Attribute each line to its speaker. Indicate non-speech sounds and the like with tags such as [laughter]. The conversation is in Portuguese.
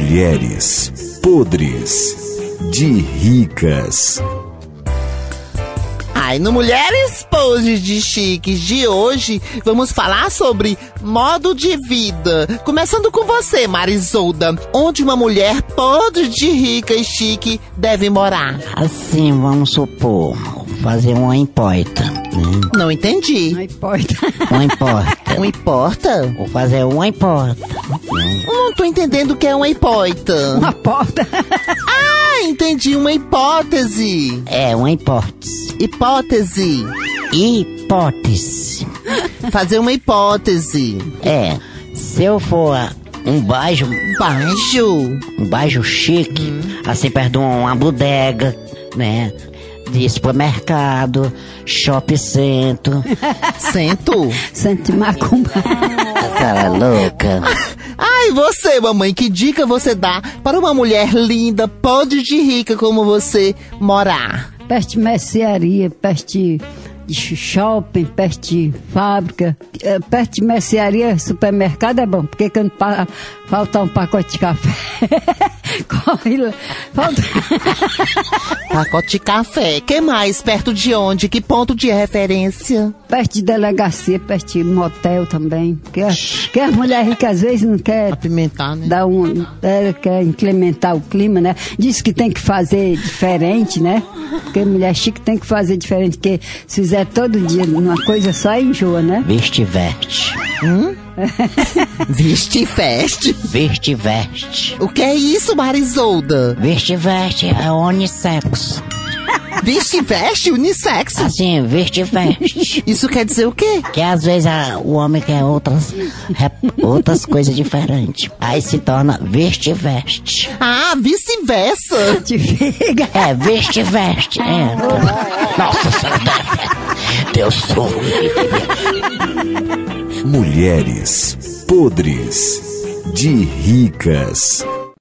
Speaker 1: mulheres podres de ricas.
Speaker 2: Ai, no Mulheres Poses de Chiques de hoje, vamos falar sobre modo de vida. Começando com você, Marisolda. Onde uma mulher podre de rica e chique deve morar?
Speaker 3: Assim, vamos supor, fazer uma empoita, né?
Speaker 2: Não entendi. É
Speaker 4: Não importa.
Speaker 3: [laughs] Uma emporta.
Speaker 2: Uma importa?
Speaker 3: Vou fazer uma emporta.
Speaker 2: Não tô entendendo o que é uma hipoita.
Speaker 4: Uma porta.
Speaker 2: [laughs] Ah, entendi, uma hipótese.
Speaker 3: É, uma hipótese.
Speaker 2: Hipótese.
Speaker 3: Hipótese.
Speaker 2: Fazer uma hipótese.
Speaker 3: É, se eu for um bairro,
Speaker 2: Baixo.
Speaker 3: um bairro chique, assim, perto de uma bodega, né? De supermercado, shopping center.
Speaker 2: Cento.
Speaker 4: Santo Macumba.
Speaker 3: Cara louca.
Speaker 2: Ai, você, mamãe, que dica você dá para uma mulher linda, podre de rica como você morar?
Speaker 4: [laughs] Peste mercearia, peste de sh- shopping, peste fábrica. Eh, Peste mercearia, supermercado é bom, porque quando pa- faltar um pacote de café, [laughs] corre lá. Falta... [laughs]
Speaker 2: Pacote de café. Que mais? Perto de onde? Que ponto de referência?
Speaker 4: Peste de delegacia, peste de motel também. Porque, a- porque as mulheres ricas às vezes não querem
Speaker 2: Pimentar, né?
Speaker 4: Dá um, é, quer incrementar o clima, né? Diz que tem que fazer diferente, né? Porque mulher chique tem que fazer diferente, porque se fizer todo dia uma coisa só, enjoa, né? [laughs]
Speaker 3: Veste, veste.
Speaker 2: Viste e feste.
Speaker 3: Veste, veste.
Speaker 2: O que é isso, Marisolda?
Speaker 3: Veste, veste é onissexo.
Speaker 2: Viste e veste unissex?
Speaker 3: Assim, veste, veste.
Speaker 2: Isso quer dizer o quê?
Speaker 3: Que às vezes a- o homem quer outras, rep- outras coisas diferentes. Aí se torna veste, veste.
Speaker 2: Ah, vice-versa.
Speaker 4: Te fica.
Speaker 3: É, veste, veste. É. Nossa Senhora. Deus sou.
Speaker 1: Mulheres podres de ricas.